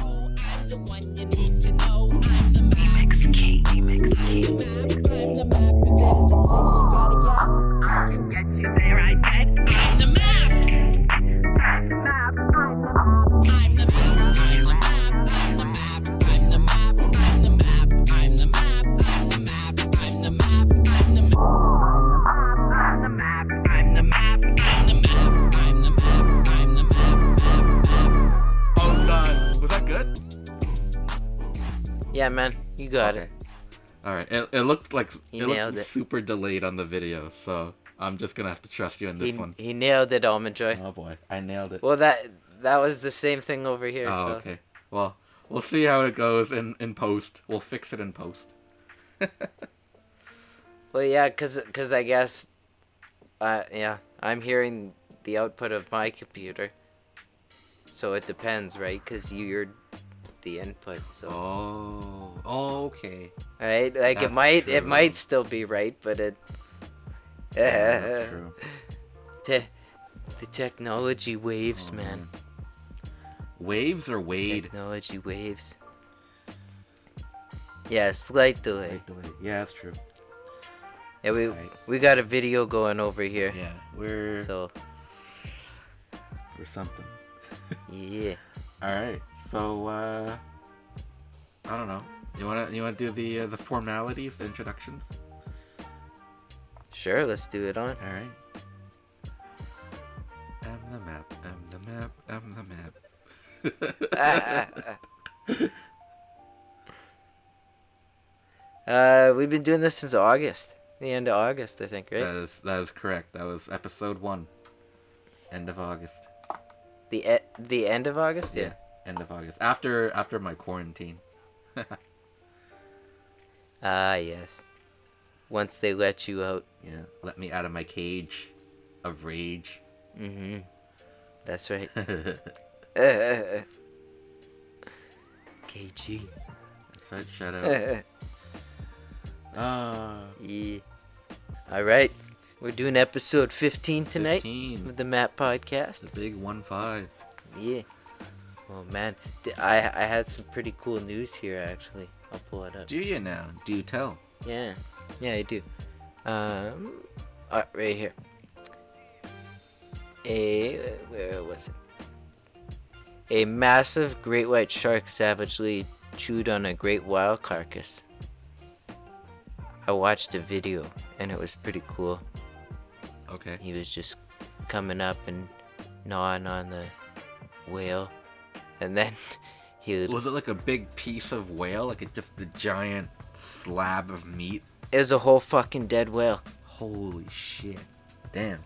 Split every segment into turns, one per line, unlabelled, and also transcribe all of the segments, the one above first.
He's the one you need to know. I'm the map.
Remix King. Remix King.
I'm the map. Because anybody got
I can get you there, I bet. I'm the map. I'm the map. I'm the map.
I'm the map. I'm the map. I'm the map. I'm the map. I'm the
I'm the map. I'm the map. I'm the
map. I'm the map. I'm the map. I'm the map. I'm the map.
map.
I'm the map. I'm the map.
Oh God, was that good?
Yeah, man, you got it.
All right, it, it looked like
He
it
nailed
looked
it.
super delayed on the video, so I'm just gonna have to trust you on this
He,
one.
he nailed it, Almond Joy.
Oh boy, I nailed it.
Well, that that was the same thing over here.
oh
so.
okay. Well, we'll see how it goes in in post. We'll fix it in post.
Well, yeah, cause, 'cause I guess, uh, yeah, I'm hearing the output of my computer. So it depends, right? Cause you're the input. So
Oh, oh okay.
all right, like it
that's
might it
true.
might still be right, but it.
Yeah, that's true.
Te- the technology waves,
Oh,
man.
Waves or Wade?
Technology waves. Yeah, slight delay.
Slight delay. Yeah, that's true.
Yeah, we
Right.
we got a video going over here.
Yeah, we're
So
we're something.
yeah.
All right. So uh, I don't know. You wanna you wanna do the uh, the formalities, the introductions?
Sure, let's do it on.
All right. I'm the map. I'm the map. I'm the map.
Uh, we've been doing this since August, the end of August, I think, right?
That is that is correct. That was episode one. End of August.
the e- the end of August.
Yeah. End of August. After after my quarantine.
Ah, yes. Once they let you out.
Yeah. Let me out of my cage of rage.
Mm-hmm. That's right.
That's
KG.
right. Shout out.
yeah.
Uh,
All right. We're doing episode 15 tonight
15.
of the Map Podcast.
The big one five.
Yeah. Oh man, D- I I had some pretty cool news here actually. I'll pull it up.
Do you now? Do tell.
Yeah, yeah, I do. Um, uh, right here. A where was it? A massive great white shark savagely chewed on a great wild carcass. I watched a video and it was pretty cool.
Okay.
He was just coming up and gnawing on the whale, and then he would
Was it like a big piece of whale? Like it just the giant slab of meat?
It was a whole fucking dead whale.
Holy shit. Damn.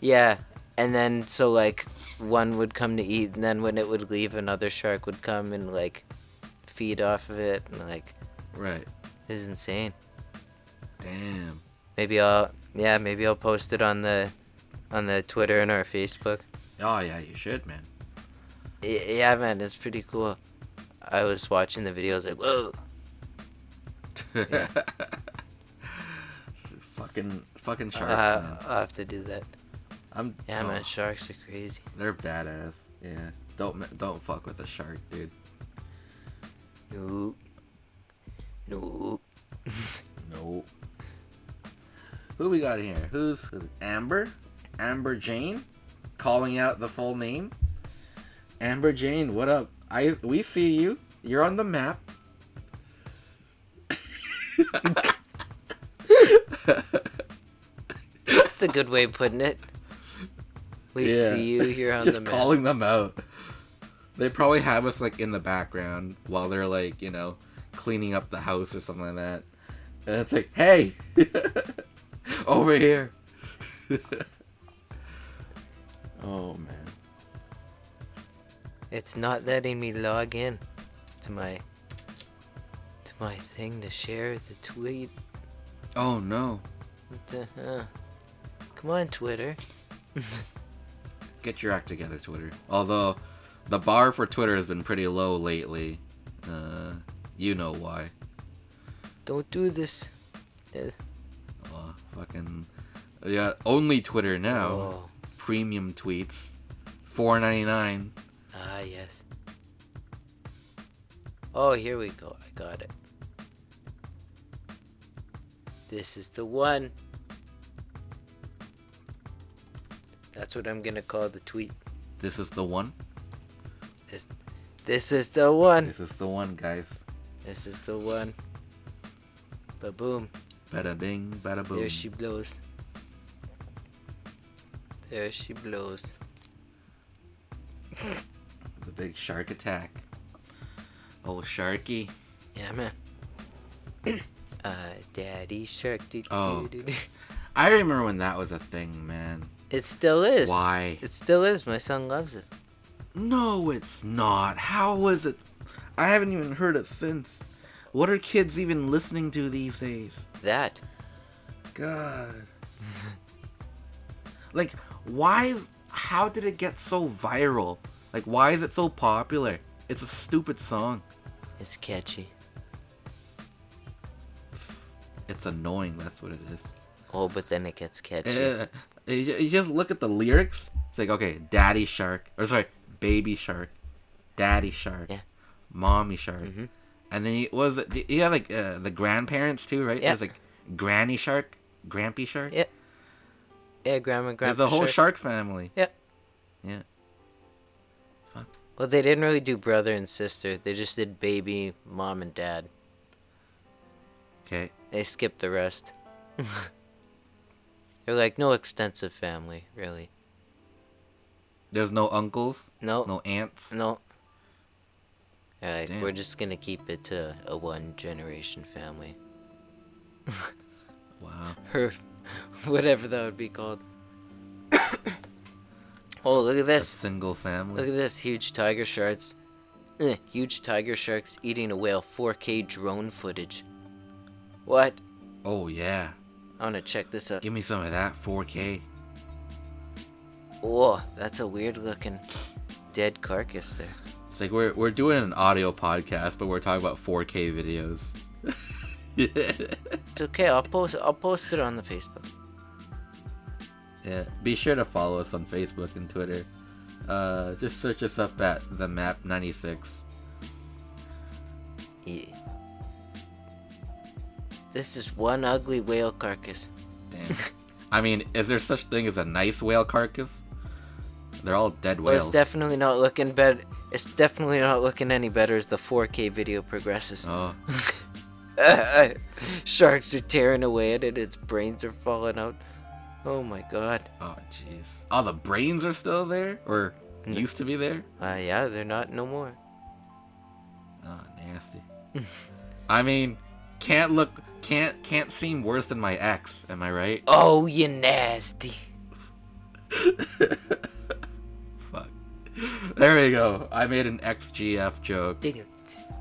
Yeah. And then so like one would come to eat and then when it would leave another shark would come and like feed off of it and like
Right.
this is insane.
Damn.
Maybe I'll yeah, maybe I'll post it on the on the Twitter and our Facebook.
Oh yeah, you should, man.
Y- yeah, man, it's pretty cool. I was watching the videos like, "Whoa." Yeah.
fucking fucking
Uh,
sharks, man.
I'll have to do that.
I'm
Yeah,
oh,
man, sharks are crazy.
They're badass. Yeah. Don't m- don't fuck with a shark, dude.
Nope. Nope.
Nope. Who we got here? Who's, who's Amber? Amber Jane, calling out the full name. Amber Jane, what up? I we see you. You're on the map.
That's a good way of putting it. We
Yeah.
see you here on
just
the map.
calling them out. They probably have us like in the background while they're like, you know, cleaning up the house or something like that. And it's like, hey, over here. oh man.
It's not letting me log in to my to my thing to share the tweet.
Oh no.
What the huh? Come on, Twitter.
Get your act together, Twitter. Although, the bar for Twitter has been pretty low lately. Uh, you know why.
Don't do this. Uh,
Oh, fucking. Yeah, only Twitter now.
Oh.
Premium tweets. Four ninety nine.
Ah yes. Ah, Oh, here we go. I got it. This is the one. That's what I'm gonna call the tweet.
This is the one.
This is the one.
This is the one, guys.
This is the one. But boom,
Bada bing, bada boom.
there she blows. There she blows.
The big shark attack. Oh, Sharky.
Yeah, man. uh, Daddy Shark. doo- doo-
Oh.
doo- doo.
I remember when that was a thing, man.
It still is.
Why?
It still is. My son loves it.
No, it's not. How was it? I haven't even heard it since. What are kids even listening to these days?
That.
God. like, why is. How did it get so viral? Like, why is it so popular? It's a stupid song.
It's catchy.
It's annoying, that's what it is.
Oh, but then it gets catchy.
Eh, you ju- you just look at the lyrics. It's like, okay, daddy shark, or sorry, baby shark, daddy shark,
Yeah.
mommy shark,
Mhm.
and then you, what was it? You have like uh, the grandparents too, right?
Yeah.
There's like granny shark, grampy shark.
Yeah, yeah, Grandma, Grandpa.
There's a whole shark
Shark.
family.
Yeah.
Yeah. Fuck.
Well, they didn't really do brother and sister. They just did baby, mom, and dad.
Okay.
They skipped the rest. They're like no extensive family, really.
There's no uncles,
No,
no aunts.
Oh. No. Alright,
Damn.
we're just gonna keep it to a one generation family.
Wow.
Or whatever that would be called. oh, look at
A
this.
single
Look
family.
at this. Huge tiger sharks. Eh, huge tiger sharks eating a whale. 4K drone footage. What?
Oh yeah.
I wanna check this out.
Give me some of that 4K.
Whoa, that's a weird looking dead carcass there.
It's like we're we're doing an audio podcast, but we're talking about 4K videos.
It's okay, I'll post I'll post it on the Facebook.
yeah. Be sure to follow us on Facebook and Twitter. Uh, just search us up at the map 96.
Yeah. This is one ugly whale carcass.
Damn. I mean, is there such thing as a nice whale carcass? They're all dead
Well, it's
whales.
definitely not looking better. It's definitely not looking any better as the 4K video progresses.
oh,
Sharks are tearing away at it. Its brains are falling out. Oh my god.
oh, jeez. Oh, the brains are still there, or
N-
used to be there.
Uh, yeah, they're not no more.
Oh, nasty. I mean, can't look, can't, can't seem worse than my ex. Am I right?
Oh, you nasty.
Fuck. There we go. I made an XGF joke.
Dig it.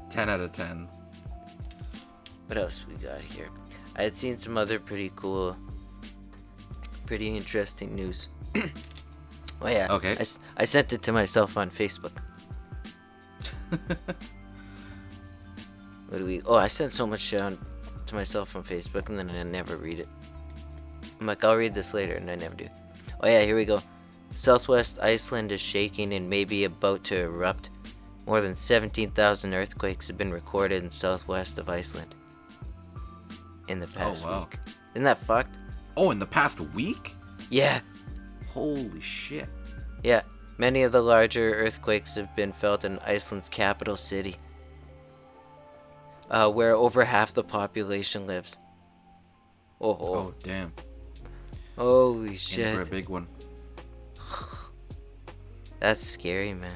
10 out of 10.
What else we got here? I had seen some other pretty cool, pretty interesting news. oh yeah.
Okay.
I, s- I sent it to myself on Facebook. What do we? Oh, I sent so much shit on, to myself on Facebook, and then I never read it. I'm like, I'll read this later, and I never do. Oh yeah, here we go. Southwest Iceland is shaking and maybe about to erupt. More than 17,000 earthquakes have been recorded in southwest of Iceland in the past
Oh, wow.
week. Isn't that fucked?
oh, in the past week?
Yeah,
Holy shit.
yeah. Many of the larger earthquakes have been felt in Iceland's capital city, uh, where over half the population lives. Oh,
Oh,
oh.
damn.
holy
In for a
shit.
big one.
That's scary, man.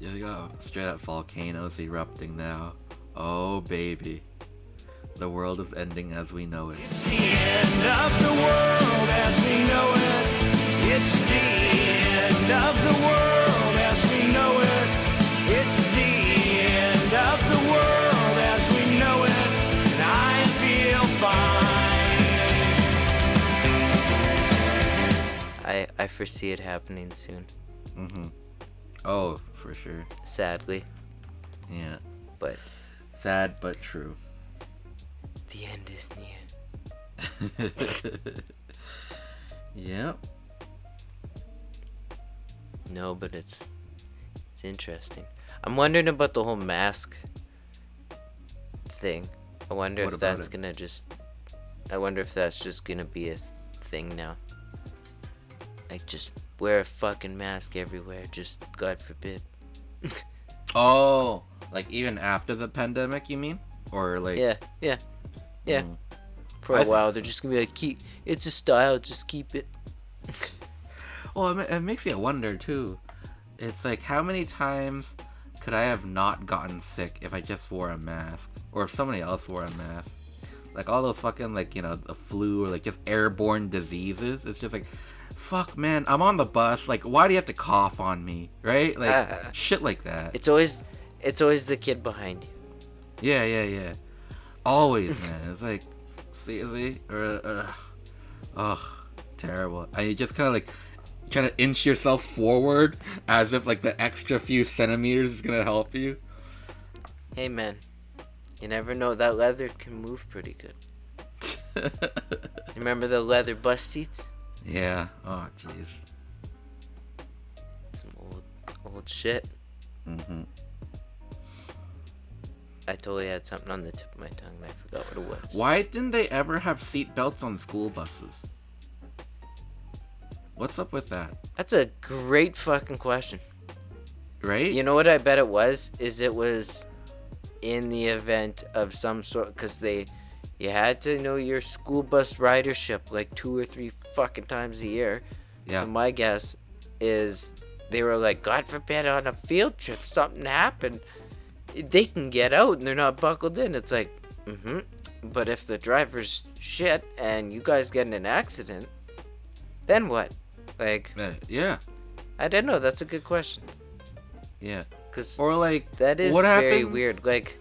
Yeah, they got straight up volcanoes erupting now. Oh, baby. The world is ending as we know it.
It's the end of the world as we know it. It's the end of the world as we know it. It's the end of the world as we know it. And I feel fine.
I, I foresee it happening soon,
Mm-hmm. Oh, for sure.
sadly.
Yeah.
But
Sad but true.
the end is near.
yep.
No, but it's it's It's interesting. I'm wondering about the whole mask thing. I wonder
What
if
about
that's
it?
gonna just. I wonder if that's just gonna be a th- thing now. Like just wear a fucking mask everywhere. Just God forbid.
Oh, like even after the pandemic, you mean? Or like
Yeah, yeah, yeah.
Mm.
For
I
a
think
while,
so.
they're just gonna be like, keep. It's a style. Just keep it.
Well, it, ma- it makes me wonder too. It's like how many times could I have not gotten sick if I just wore a mask, or if somebody else wore a mask? Like all those fucking like you know the flu or like just airborne diseases. It's just like, fuck, man, I'm on the bus. Like, why do you have to cough on me, right? Like
Ah.
shit like that.
It's always, it's always the kid behind you.
Yeah, yeah, yeah. Always, man. It's like seriously, or uh, ugh, terrible. And you just kind of like trying to inch yourself forward as if like the extra few centimeters is gonna help you.
Hey man, you never know. That leather can move pretty good. Remember the leather bus seats?
yeah. Oh, jeez.
Some old, old shit.
Mhm.
I totally had something on the tip of my tongue and I forgot what it was.
Why didn't they ever have seat belts on school buses? What's up with that?
That's a great fucking question.
Right?
You know what I bet it was? Is it was in the event of some sort because they, you had to know your school bus ridership like two or three fucking times a year.
yeah.
So my guess is they were like, God forbid, on a field trip something happened, they can get out and they're not buckled in. It's like, mm-hmm. But if the driver's shit and you guys get in an accident, then what? Like,
Uh, yeah.
I don't know. That's a good question.
Yeah.
Cause
Or like
that is
what
very
happens-
weird. Like,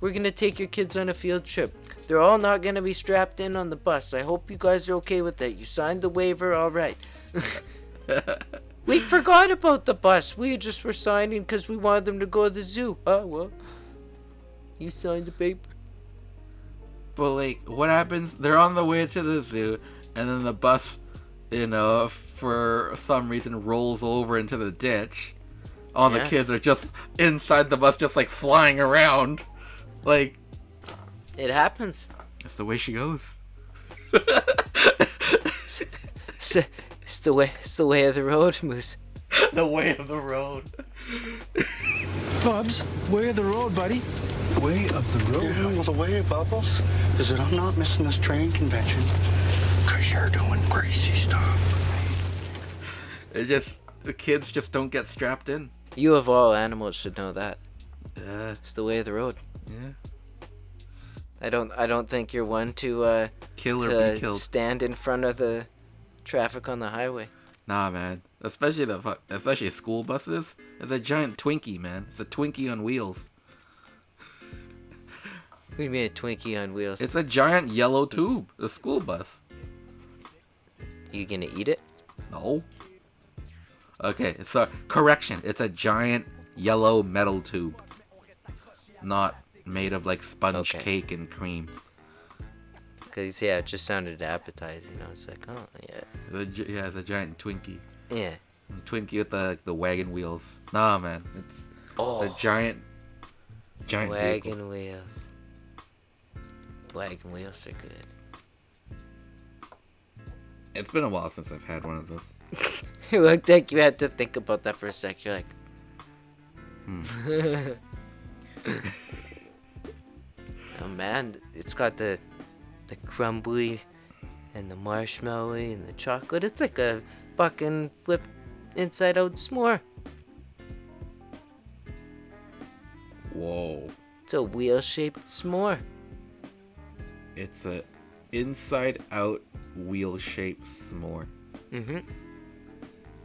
we're gonna take your kids on a field trip. They're all not gonna be strapped in on the bus. I hope you guys are okay with that. You signed the waiver, all right. we forgot about the bus. We just were signing because we wanted them to go to the zoo. Oh well. You signed the paper.
But like, what happens? They're on the way to the zoo, and then the bus, you know, for some reason rolls over into the ditch. All
Yeah.
the kids are just inside the bus, just like flying around. Like
It happens.
that's the way she goes.
It's, it's the way. It's the way of the road, Moose.
the way of the road.
Bubs, way of the road, buddy.
Way of the road.
Yeah, well, the way of bubbles is that I'm not missing this train convention because you're doing crazy stuff.
It just the kids just don't get strapped in.
You of all animals should know that.
Uh,
It's the way of the road.
yeah.
I don't. I don't think you're one to. uh
Kill or be
to
killed.
stand in front of the traffic on the highway.
Nah, man. Especially the fu- especially school buses. It's a giant Twinkie, man. It's a Twinkie on wheels.
We made a Twinkie on wheels.
It's a giant yellow tube. The school bus.
you gonna eat it?
No. Okay, so correction. It's a giant yellow metal tube. Not made of like sponge
Okay.
cake and cream.
Cause yeah, it just sounded appetizing. I was like, oh yeah,
The, gi- yeah, it's a giant Twinkie.
yeah.
Twinkie with the the wagon wheels. Nah, man. It's the
Oh,
giant, giant
wagon
vehicle.
wheels. Wagon wheels are good.
It's been a while since I've had one of those.
It looked like you had to think about that for a sec. You're like,
Hmm.
oh man, it's got the the crumbly and the marshmallowy and the chocolate. It's like a fucking flipped inside out s'more.
Whoa.
It's a wheel shaped s'more.
It's a inside out wheel shaped s'more.
hmm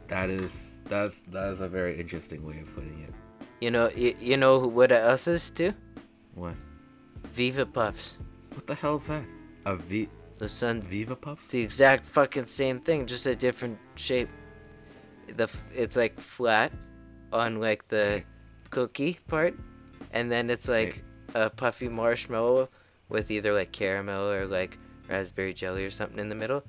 That is that's that is a very interesting way of putting it.
You know, you, you know what else is too?
What?
Viva Puffs.
What the hell's that? A V
The sun
Viva Puffs?
It's the exact fucking same thing, just a different shape. The f- it's like flat on like the cookie part, and then it's like a puffy marshmallow with either like caramel or like raspberry jelly or something in the middle,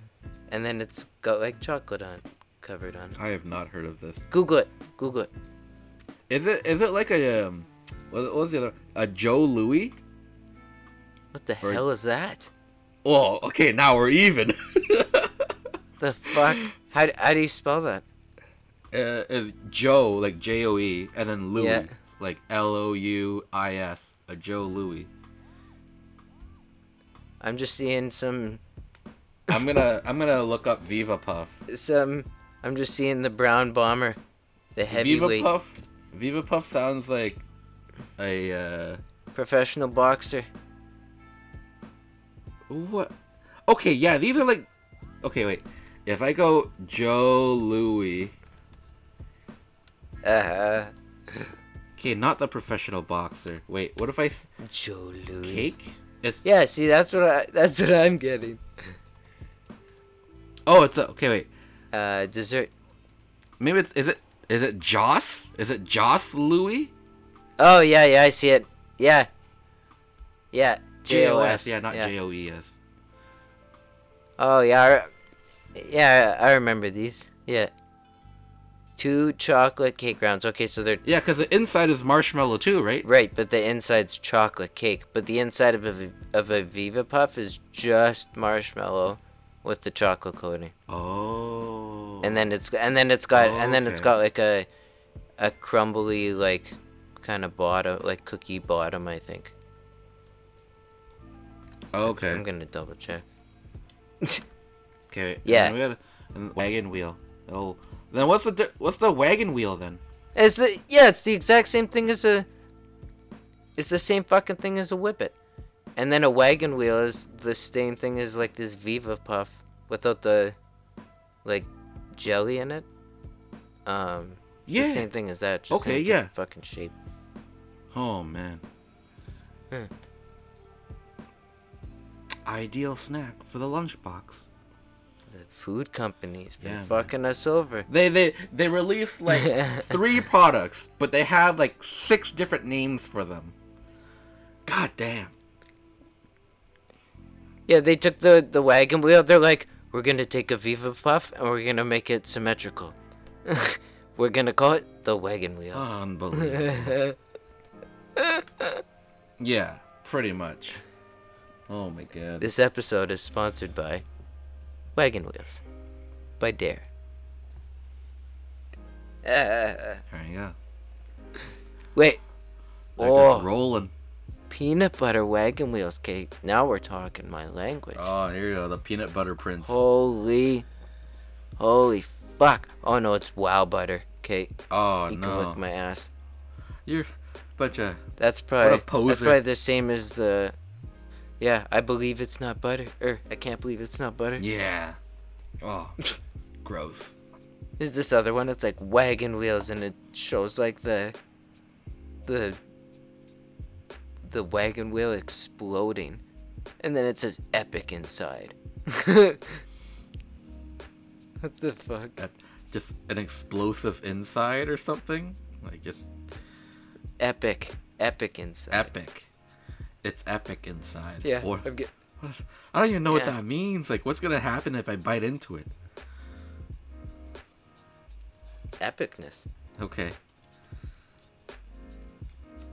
and then it's got like chocolate on covered on. it.
I have not heard of this.
Google it. Google it.
Is it is it like a um, what what was the other a Joe Louis?
What the
Or-
hell is that?
Oh, okay, now we're even.
The fuck? How, how do you spell that?
uh, is Joe like J O E, and then Louis
Yeah.
like L O U I S. A Joe Louis.
I'm just seeing some
I'm gonna I'm gonna look up Viva Puff.
some. I'm just seeing the brown bomber, the
Viva
heavyweight
Puff. Viva Puff sounds like a uh,
professional boxer.
what? Okay, yeah, these are like. Okay, wait. If I go Joe Louis,
Uh huh.
okay, not the professional boxer. Wait, what if I s-
Joe Louis.
cake? It's,
Mm. Yeah, see, that's what I that's what I'm getting.
Oh, it's a, okay. Wait,
Uh, dessert.
maybe it's is it is it Joss? Is it Joss Louis?
Oh yeah, yeah, I see it. Yeah. Yeah.
J O S. Yeah, not J O E S.
Oh yeah, I re- yeah, I remember these. Yeah. Two chocolate cake rounds. Okay, so they're
Yeah, because the inside is marshmallow too, right?
right, but the inside's chocolate cake, but the inside of a v- of a Viva Puff is just marshmallow with the chocolate coating,
Oh.
and then it's and then it's got and then it's
Okay.
got like a a crumbly like kind of bottom, like cookie bottom, I think.
okay.
I'm gonna double check.
Okay. and
Yeah.
then we gotta- and wagon wheel. Oh. Then what's the di- what's the wagon wheel then?
It's the yeah, it's the exact same thing as a. It's the same fucking thing as a whippet, and then a wagon wheel is the same thing as like this Viva Puff without the, like, jelly in it. Um, it's
Yeah.
the same thing as that. Just
Okay,
in a
yeah.
different Fucking shape.
Oh man.
Hmm.
Ideal snack for the lunchbox.
The food companies been
Yeah, man.
fucking us over.
They they they release like three products, but they have like six different names for them. God damn.
Yeah, they took the the wagon wheel. They're like, we're gonna take a Viva Puff and we're gonna make it symmetrical. we're gonna call it the wagon wheel.
Ah. Unbelievable. yeah, pretty much. Oh my god.
This episode is sponsored by Wagon Wheels by Dare. Uh,
There you go.
wait.
They're
oh,
just rolling.
peanut butter wagon wheels cake. Now we're talking my language.
Oh, here you go. The peanut butter prince.
Oh. Holy, holy fuck! Oh no, it's wow butter cake.
Oh
You can
no,
lick my ass.
you're uh, bunch of
That's probably that's
poser.
probably the same as the. Yeah, I believe it's not butter. Or I can't believe it's not butter.
yeah. Oh, gross.
There's this other one that's like wagon wheels and it shows like the the the wagon wheel exploding and then it says epic inside. what the fuck?
Ep- Just an explosive inside or something. Like just
Epic. Epic inside.
epic. It's epic inside.
yeah.
Or,
I'm get-
I don't even know what
Yeah.
that means. Like, what's gonna happen if I bite into it?
epicness.
Okay.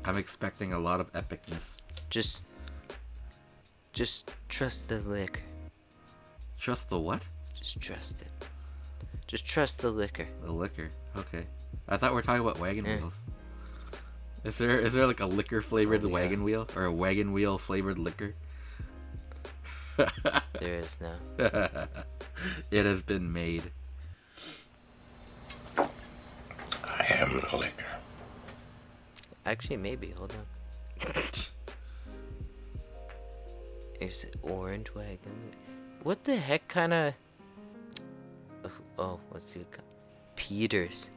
I'm expecting a lot of epicness.
Just just trust the liquor.
Trust the what?
Just trust it. Just trust the liquor.
The liquor. Okay. I thought we were talking about wagon
Eh.
wheels. Is there is there like a liquor flavored
Oh, yeah.
wagon wheel or a wagon wheel flavored liquor?
There is now.
It has been made.
I am the liquor.
Actually, maybe. Hold on. It's orange wagon. What the heck kind of? Oh, oh, what's it? called? Peters.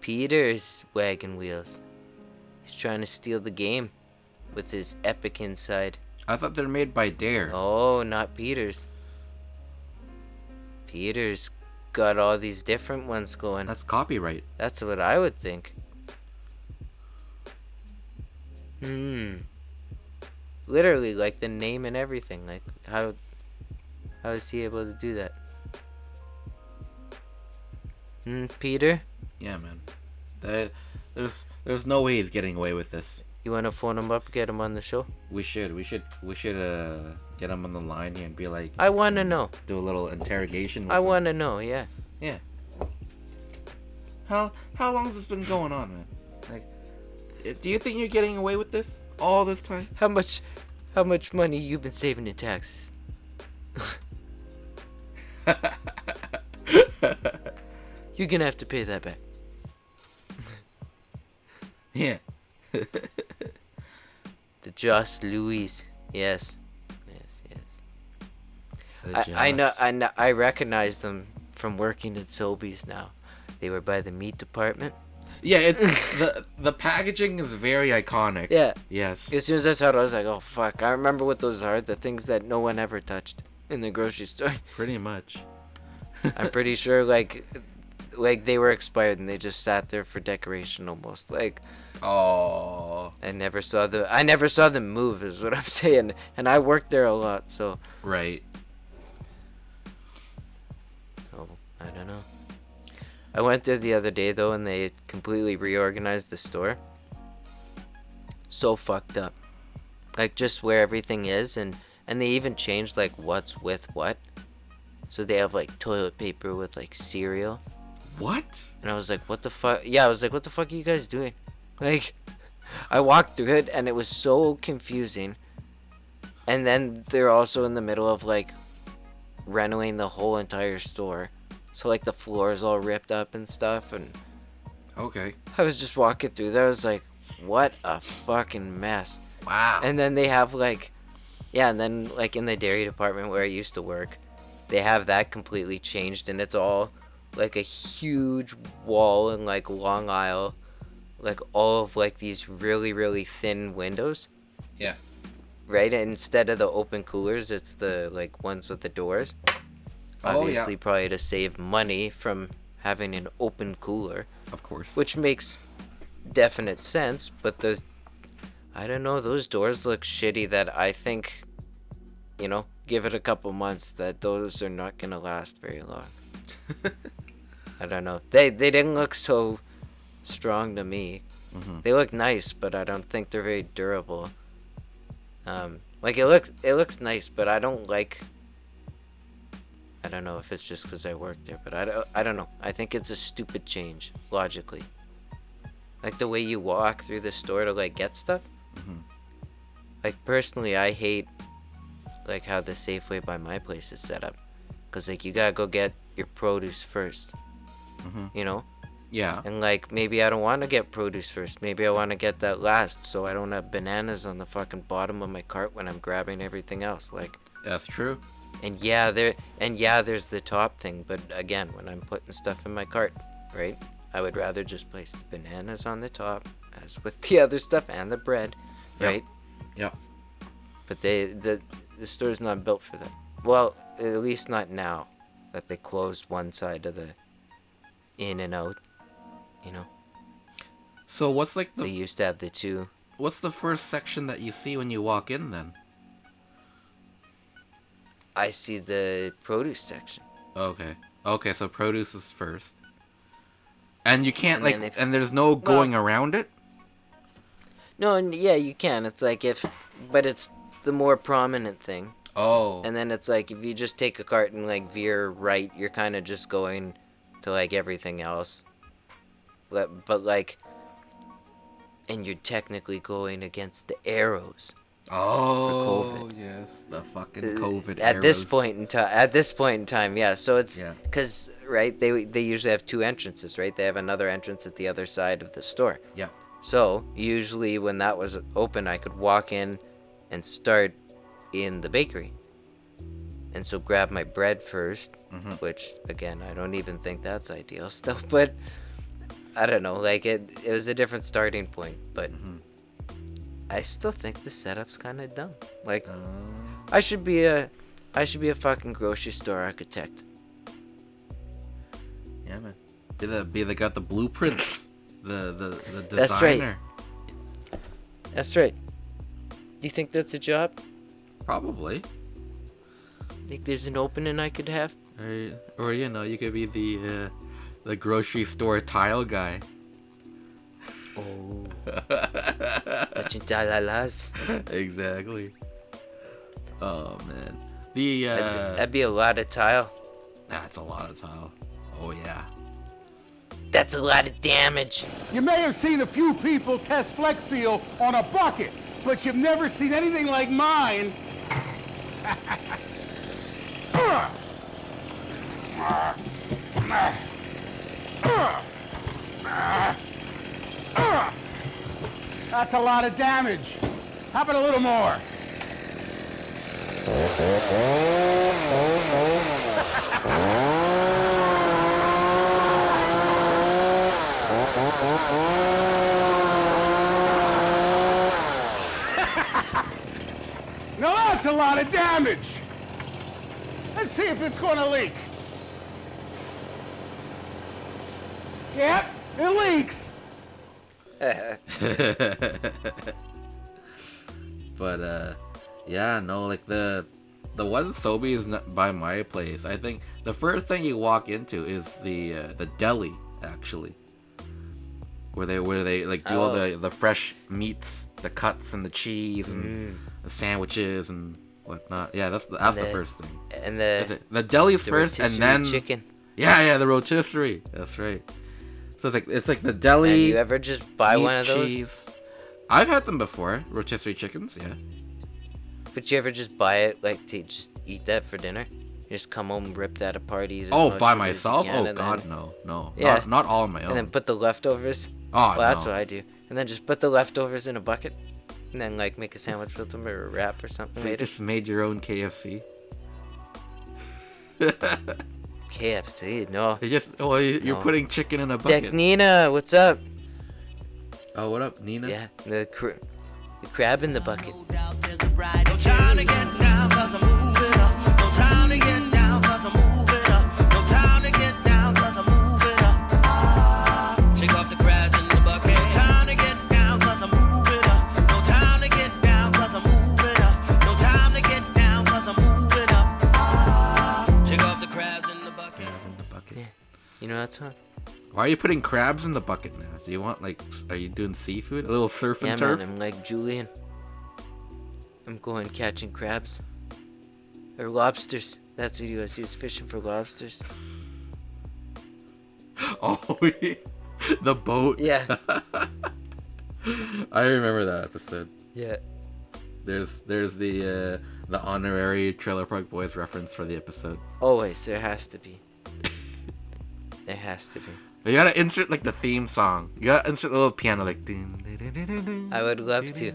Peters wagon wheels. He's trying to steal the game with his epic inside.
I thought they're made by Dare.
Oh, not Peters. Peters got all these different ones going.
That's copyright.
That's what I would think. Hmm. Literally, like the name and everything. Like how, how is he able to do that? Hmm, Peter.
Yeah, man. That, there's there's no way he's getting away with this.
You want to phone him up, get him on the show?
We should we should we should uh get him on the line here and be like
I want to know.
do a little interrogation. With
I
him.
want to know, yeah.
Yeah. How how long has this been going on, man? Like, uh, do you think you're getting away with this all this time?
How much how much money you been saving in taxes? You're going to have to pay that back.
Yeah.
The Joss Louise. Yes. Yes, yes. I, I know I know I recognize them from working at Sobeys now. They were by the meat department.
Yeah, it, the the packaging is very iconic.
Yeah.
Yes.
As soon as I saw it, I was like, "Oh fuck!" I remember what those are. The things that no one ever touched in the grocery store.
pretty much.
I'm pretty sure, like, like they were expired and they just sat there for decoration almost. Like
Oh,
I never saw the I never saw them move is what I'm saying. And I worked there a lot, so
right.
oh, I don't know. I went there the other day though, and they completely reorganized the store. So fucked up, like just where everything is, and and they even changed like what's with what. So they have like toilet paper with like cereal,
What?
and I was like, what the fuck? Yeah, I was like, what the fuck are you guys doing? Like, I walked through it, and it was so confusing. And then they're also in the middle of like renovating the whole entire store. So like the floor is all ripped up and stuff and
Okay.
I was just walking through there. I was like, what a fucking mess.
Wow.
And then they have like, yeah, and then like in the dairy department where I used to work, they have that completely changed and it's all like a huge wall and like long aisle, like all of like these really, really thin windows.
yeah.
Right, and instead of the open coolers, it's the like ones with the doors.
Oh, yeah.
Obviously, probably to save money from having an open cooler
Of course.
which makes definite sense but the i don't know those doors look shitty that i think you know give it a couple months that those are not gonna last very long i don't know they they didn't look so strong to me they look nice but i don't think they're very durable um like it looks it looks nice but i don't like I don't know if it's just because I work there, but I don't, I don't know. I think it's a stupid change, logically. Like the way you walk through the store to like get stuff. Like personally, I hate like how the Safeway by my place is set up, cause like you gotta go get your produce 1st You know,
yeah.
and like maybe I don't want to get produce first. Maybe I want to get that last, so I don't have bananas on the fucking bottom of my cart when I'm grabbing everything else. Like
That's true.
and yeah, there and yeah, there's the top thing, but again, when I'm putting stuff in my cart, right? I would rather just place the bananas on the top as with the other stuff and the bread,
Yeah.
right?
Yeah.
But they the the store's not built for that. Well, at least not now that they closed one side of the in and out, you know.
So what's like
They
the
used to have the two
what's the first section that you see when you walk in then?
I see the produce section.
Okay. Okay, so produce is first. And you can't
And
like
then if-
and there's no going around it?
No, and yeah, you can. It's like if but it's the more prominent thing.
Oh.
And then it's like if you just take a cart and like veer right, you're kind of just going to like everything else. But, but like, and you're technically going against the arrows.
oh, yes. The fucking COVID
Uh, at this
arrows.
point in time, at this point in time, yeah. So it's
Yeah.
because right, they they usually have two entrances, right? They have another entrance at the other side of the store.
Yeah.
So usually when that was open, I could walk in and start in the bakery. And so grab my bread 1st which again I don't even think that's ideal stuff, but I don't know, like it it was a different starting point, but I still think the setup's kind of dumb. Like I should be a I should be a fucking grocery store architect.
Yeah, man. Be the be the got the blueprints. the the the designer.
That's right. That's right. Do you think that's a job?
Probably.
Think there's an opening I could have?
Or, or you know, you could be the uh, the grocery store tile guy.
The chinchalalas.
exactly. Oh man, the
That'd-
uh,
That'd be a lot of tile.
that's a lot of tile. Oh yeah.
That's a lot of damage.
You may have seen a few people test Flex Seal on a bucket, but you've never seen anything like mine. That's a lot of damage. How about a little more? Now that's a lot of damage. Let's see if it's going to leak. Yep, it leaks.
But uh, yeah, no, like the the one Sobe is not by my place. I think the first thing you walk into is the uh, the deli actually, where they where they like do all
Oh.
the the fresh meats, the cuts and the cheese and
Mm.
the sandwiches and whatnot. Yeah, that's the, that's the
the-
first thing.
And
That's
the,
it. The deli's
the
first, and
rotisserie
then
chicken.
yeah, yeah, the rotisserie. That's right. So it's like it's like the
Have
deli.
you ever just buy
meats,
one of those?
cheese. I've had them before, rotisserie chickens. Yeah.
Would you ever just buy it, like to just eat that for dinner? Just come home, rip that apart, eat it. as
Oh,
much
by
of it as you
myself?
can,
Oh
and
God,
then,
no, no.
Yeah.
Not, not all on my own.
And then put the leftovers.
oh,
well, that's
no.
what I do. And then just put the leftovers in a bucket, and then like make a sandwich with them or a wrap or something.
So you
later.
just made your own KFC.
KFC, no.
You just, well, you- you're
No.
putting chicken in a bucket.
Deck Nina, what's up?
oh, what up, Nina?
Yeah, the cr- the crab in the bucket.
No time to get down, cause I'm moving up. No time to get down, cause I'm moving up. No time to get down, cause I'm moving up. Shake off the grass in the bucket. No time to get down, cause I'm moving up. No time to get down, cause I'm moving up. No time to get down, cause I'm moving up. Shake off the crabs in the
Crab
bucket.
in the bucket.
You know that song?
Why are you putting crabs in the bucket now? Do you want like, s- are you doing seafood? A little surf and
Yeah,
turf?
man, I'm like Julian. I'm going catching crabs. Or lobsters. That's what he was. He was fishing for lobsters.
Oh, the boat.
Yeah.
I remember that episode.
yeah.
There's there's the uh, the honorary Trailer Park Boys reference for the episode.
Always. There has to be. there has to be.
You gotta insert like the theme song. You gotta insert a little piano like. ding, ding, ding, ding, ding,
I would love to.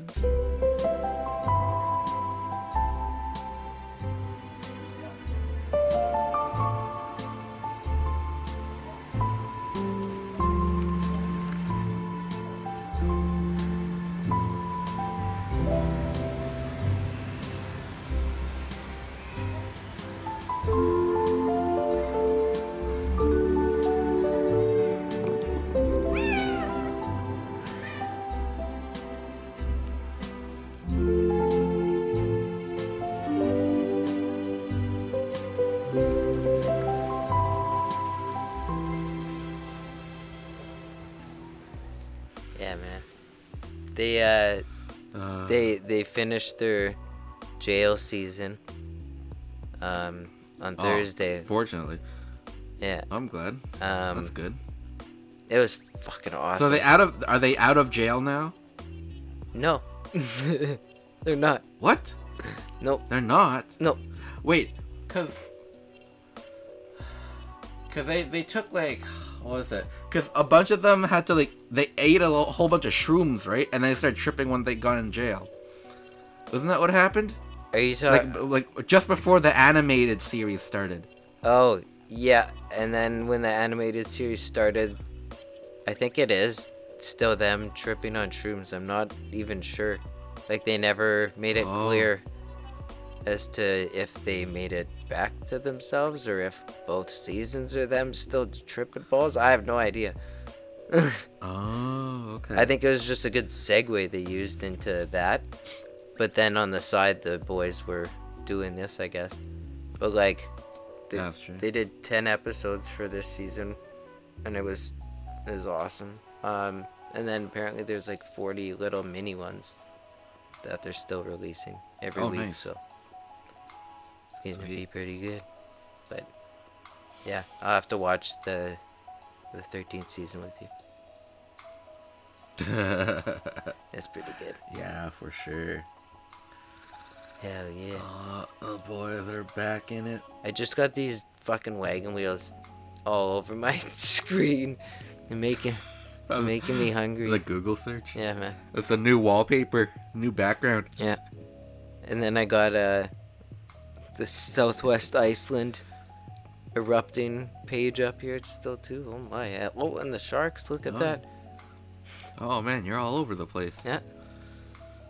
Yeah, man. They uh,
Uh,
they they finished their jail season. Um, on
oh,
Thursday.
Fortunately,
Yeah.
I'm glad.
Um,
That's good.
it was fucking awesome.
So they out of are they out of jail now?
No. They're not.
What?
Nope.
They're not.
No.
Wait, cause cause they they took like what was it? Cause a bunch of them had to like they ate a lo- whole bunch of shrooms, right? And they started tripping when they got in jail. Wasn't that what happened?
Are you talking?
Like like just before the animated series started.
oh, yeah. And then when the animated series started, I think it is still them tripping on shrooms. I'm not even sure. Like they never made it
Oh.
clear as to if they made it back to themselves or if both seasons are them still tripping balls. I have no idea.
Oh, okay.
I think it was just a good segue they used into that. But then on the side, the boys were doing this, I guess. But like, they,
That's true.
they did ten episodes for this season, and it was it was awesome. Um, And then apparently there's like 40 little mini ones that they're still releasing every
Oh,
week.
nice.
So it's gonna be
Sweet.
pretty good. But yeah, I'll have to watch the the 13th season with you. It's pretty good.
yeah, for sure.
Hell yeah.
Uh, the boys are back in it.
I just got these fucking wagon wheels all over my screen. They're making they're making me hungry.
The Google search.
yeah, man.
It's a new wallpaper, new background.
Yeah. And then I got uh the Southwest Iceland erupting page up here it's still too. Oh my yeah. oh and the sharks, look at
Oh.
that.
Oh man, you're all over the place.
Yeah.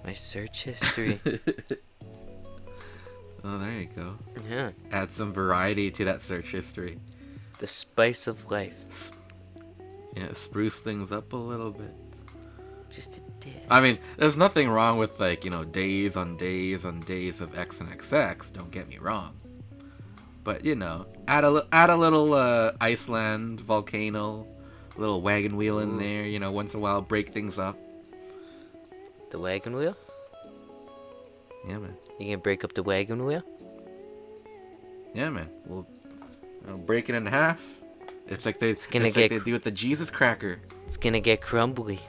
My search history.
Oh, there you go.
yeah.
Add some variety to that search history.
The spice of life.
Yeah, spruce things up a little bit.
Just a dip.
I mean, there's nothing wrong with like, you know, days on days on days of X and XX, don't get me wrong. But, you know, add a li- add a little uh, Iceland volcano, little wagon wheel in there, you know, once in a while break things up.
The wagon wheel?
Yeah, man.
You can break up the wagon wheel?
Yeah, man. We'll you know, break it in half. It's like they it's
gonna
like
get
they
cr-
do with the Jesus cracker.
It's gonna get crumbly.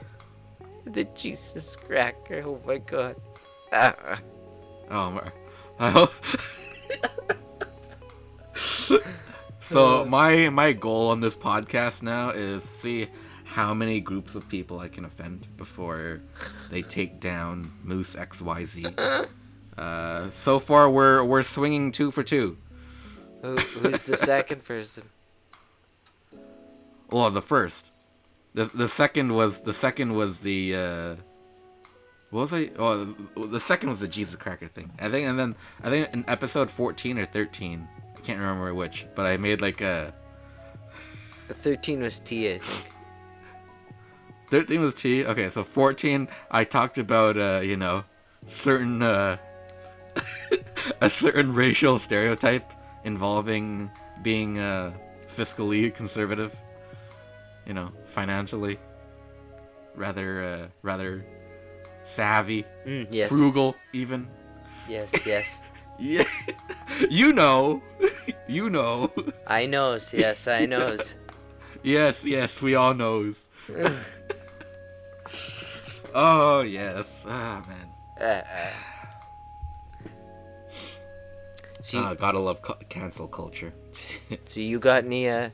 The Jesus cracker, oh my god. Ah,
Oh, my. I hope. so my my goal on this podcast now is see how many groups of people I can offend before they take down Moose XYZ. Uh, so far we're we're swinging two for two.
who, who's the second person?
Well, the first, the the second was the second was the uh, what was I? Oh, the, the second was the Jesus cracker thing. I think, and then I think in episode fourteen or thirteen, I can't remember which, but I made like a
The 13 was Tia. I think.
thirteen was T. Okay, so fourteen, I talked about uh, you know, certain uh, a certain racial stereotype involving being uh, fiscally conservative. You know, financially, rather uh, rather savvy,
Mm, yes.
frugal, even.
Yes, yes.
Yeah, you know, you know.
I knows, yes, I knows.
Yes, yes, we all knows. oh yes, ah man.
Uh, uh. So, you,
Ah, gotta love cu- cancel culture.
so you got any uh,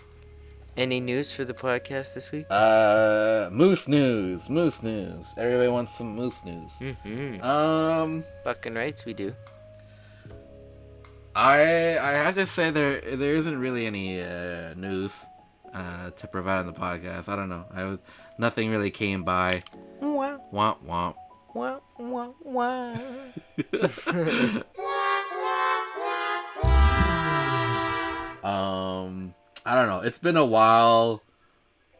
any news for the podcast this week?
uh, moose news, moose news. Everybody wants some moose news.
Mm-hmm.
Um,
Fucking rights, we do.
I I have to say there there isn't really any uh, news uh, to provide on the podcast. I don't know. I was nothing really came by.
Wah,
Womp womp.
wah, wah, wah.
Um, I don't know. It's been a while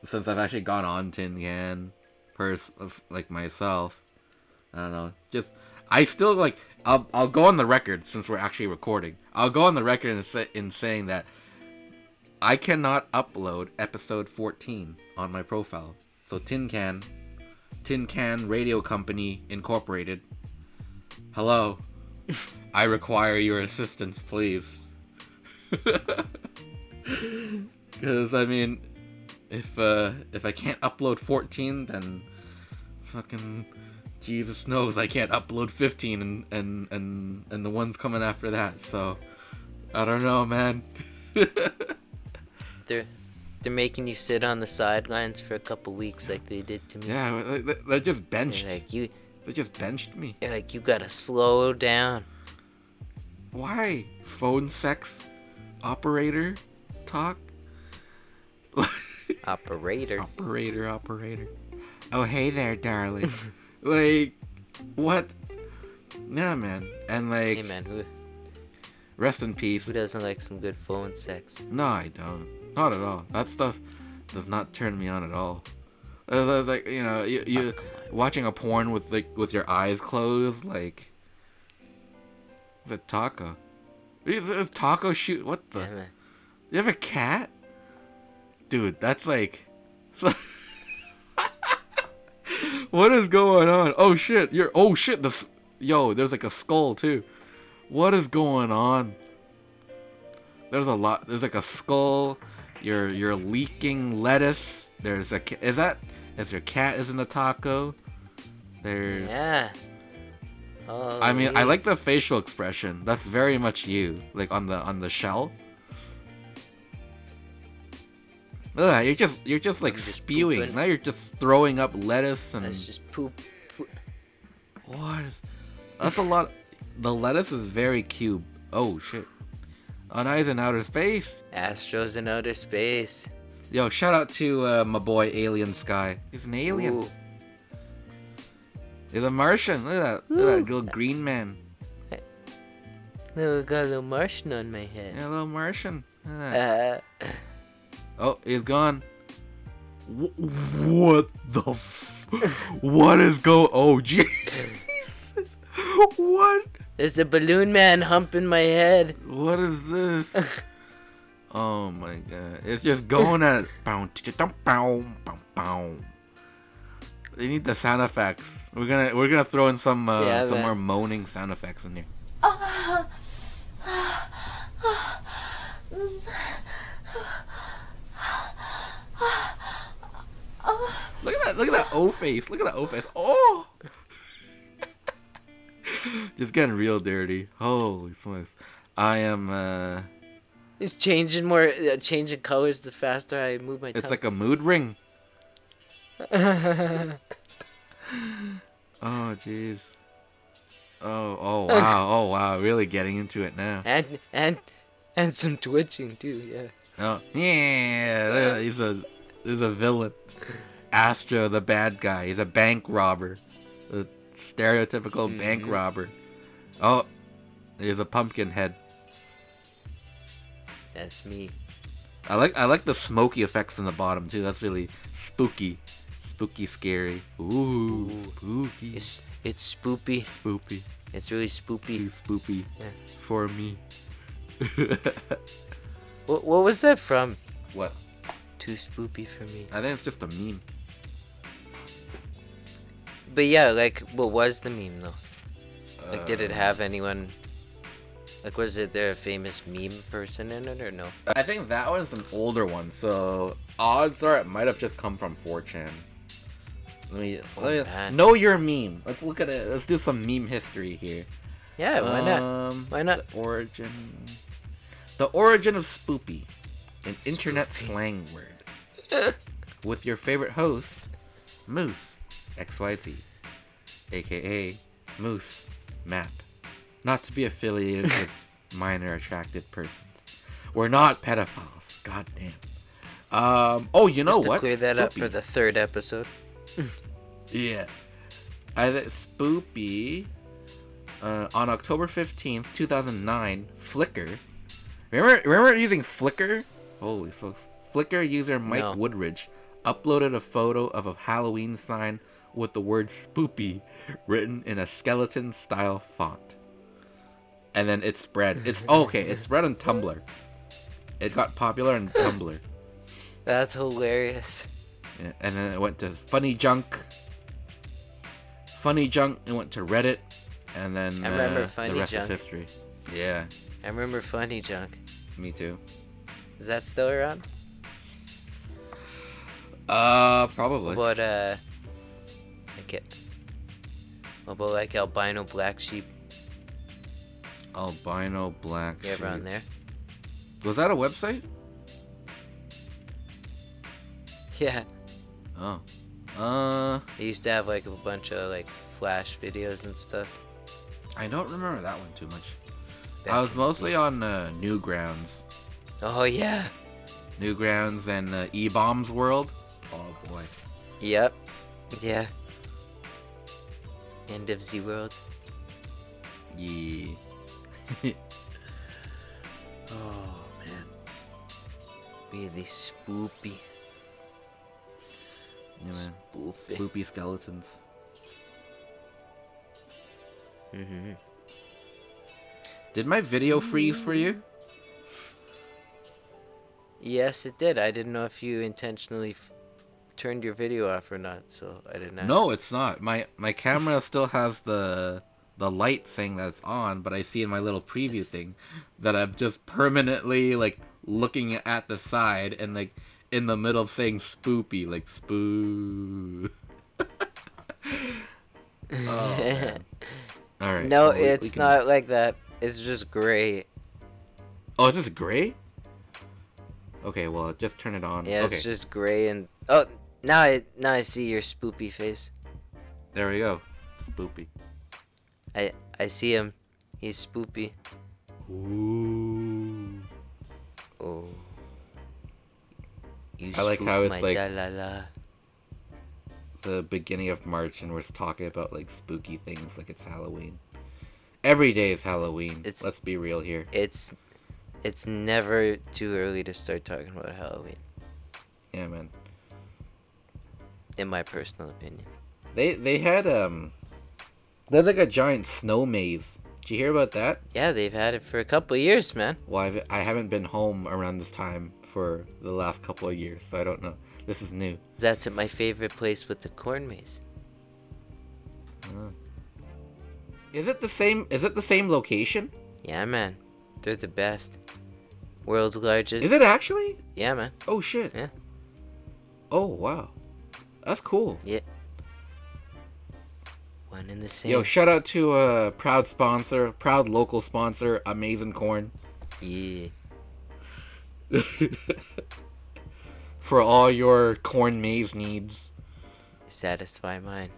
since I've actually gone on Tin Can, pers of like myself. I don't know. Just I still like. I'll I'll go on the record since we're actually recording. I'll go on the record in, sa- in saying that I cannot upload episode 14 on my profile. So Tin Can, Tin Can Radio Company Incorporated. Hello. I require your assistance, please. Because I mean, if uh, if I can't upload 14, then fucking Jesus knows I can't upload 15 and and and and the ones coming after that. So I don't know, man.
They're they're making you sit on the sidelines for a couple weeks like they did to me.
Yeah, they- they- they're just benched.
They're like you,
They just benched me.
they're like you gotta slow down.
Why? Phone sex operator talk? Oh.
Operator.
operator, operator. Oh, hey there, darling. like, what? Yeah, man. And like,
Hey man, who
rest in peace.
who doesn't like some good phone sex?
No, I don't. Not at all. That stuff does not turn me on at all. Uh, that's like you know, you, you watching a porn with like with your eyes closed, like the taco. Is it a Taco shoot? What the?
Yeah, man.
You have a cat? Dude, that's like. What is going on? Oh shit! You're oh shit! The s- yo, there's like a skull too. What is going on? There's a lot. There's like a skull. You're you're leaking lettuce. There's a ca- is that is your cat is in the taco? There's
Yeah. Oh,
I mean, I
yeah.
like the facial expression. That's very much you, like on the on the shell. Ugh, you're just you're just like
just
spewing.
pooping.
Now you're just throwing up lettuce and
That's just poop. poop.
what? Is, that's a lot. The lettuce is very cube. Oh shit! On eyes in outer space.
Astros in outer space.
Yo, shout out to uh, my boy Alien Sky. He's an alien.
Ooh.
He's a Martian. Look at that. Look at that little green man.
Little got a little Martian on my head.
Yeah, little Martian. Look at that.
Uh,
Oh, he's gone. Wh- What the? F- what is go? Oh, Jesus! What?
there's a balloon man humping my head.
What is this? Oh my god! It's just going at it. Bow, ch- ch- dum, bow, bow, bow. They need the sound effects. We're gonna we're gonna throw in some uh,
Yeah,
some
man.
more moaning sound effects in here. Look at that! Look at that O face! Look at that O face! Oh! Just getting real dirty. Holy smokes! I am. uh
It's changing more, uh, changing colors the faster I move my.
It's
tongue.
like a mood ring. oh jeez. Oh oh wow oh wow really getting into it now.
and and and some twitching too. Yeah.
Oh yeah he's a he's a villain. Astro the bad guy. He's a bank robber. A stereotypical bank robber. Oh he's a pumpkin head.
That's me.
I like I like the smoky effects in the bottom too. That's really spooky. Spooky scary. Ooh, spooky.
It's it's spoopy.
spoopy.
It's really
too
spoopy.
spoopy
Yeah.
for me.
What what was that from?
What?
Too spoopy for me.
I think it's just a meme.
But yeah, like what was the meme though? Like did
Uh,
it have anyone? Like was it there a famous meme person in it or no?
I think that one's an older one, so odds are it might have just come from 4chan. Let me, let me
Oh, man.
know your meme. Let's look at it. Let's do some meme history here.
Yeah, why not?
Um,
Why not?
The origin. The origin of spoopy, an internet slang word, with your favorite host, Moose XYZ, aka Moose Map, not to be affiliated with minor attracted persons. We're not pedophiles. Goddamn. Um. Oh, you know
Just to
what?
clear that up
Spoopy.
for the third episode.
Yeah. I th- Spoopy uh, on October 15th, 2009, Flickr. Remember remember using Flickr? Holy smokes. Flickr user Mike
No.
Woodridge uploaded a photo of a Halloween sign with the word spoopy written in a skeleton style font. And then it spread. It's oh, okay, it spread on Tumblr. It got popular on Tumblr.
That's hilarious.
Yeah, and then it went to funny junk funny junk it went to reddit and then
I remember
uh,
Funny
the rest is
Junk.
history yeah
I remember Funny Junk.
me too
Is that still around? Oh
uh probably
What about uh, like it? What about like albino black sheep?
albino black
You ever on
sheep.
there?
was that a website
Yeah.
oh uh
They used to have like a bunch of like flash videos and stuff.
i don't remember that one too much
back
i was
in-
mostly on uh, newgrounds
Oh yeah.
newgrounds and uh, e-bombs world oh boy
Yep. Yeah. End of Z World.
yeah
Really spoopy.
yeah man spoopy skeletons
Mm-hmm.
did my video freeze for you
Yes, it did. I didn't know if you intentionally f- turned your video off or not, so I didn't. ask.
No, it's not. My my camera still has the the light saying that it's on, but I see in my little preview thing that I'm just permanently like looking at the side and like in the middle of saying spoopy, like spoo. oh, man. All right.
No,
well, we- we
it's
can-
not like that. It's just gray.
Oh, is this gray? Okay, well, just turn it on.
Yeah,
okay,
it's just gray and oh, now I now I see your spoopy face.
there we go. Spoopy.
I I see him. He's spoopy.
Ooh.
Oh. You
I like
spook
how it's
my
like-
da-la-la.
the beginning of March and we're talking about like spooky things like it's Halloween. Every day is Halloween.
It's-
Let's be real here.
It's it's never too early to start talking about Halloween,
Yeah, man.
in my personal opinion.
They they had um there's like a giant snow maze. Did you hear about that?
Yeah, they've had it for a couple years, man.
Well, I've, I haven't been home around this time for the last couple of years, so I don't know. This is new.
That's at my favorite place with the corn maze.
Is it the same? Is it the same location?
Yeah, man. They're the best. World's largest.
Is it actually?
Yeah, man.
Oh shit.
Yeah.
Oh wow, that's cool.
One in the same.
Yo, shout out to a uh, proud sponsor, proud local sponsor, Amazing Corn.
yeah.
for all your corn maze needs.
Satisfy mine.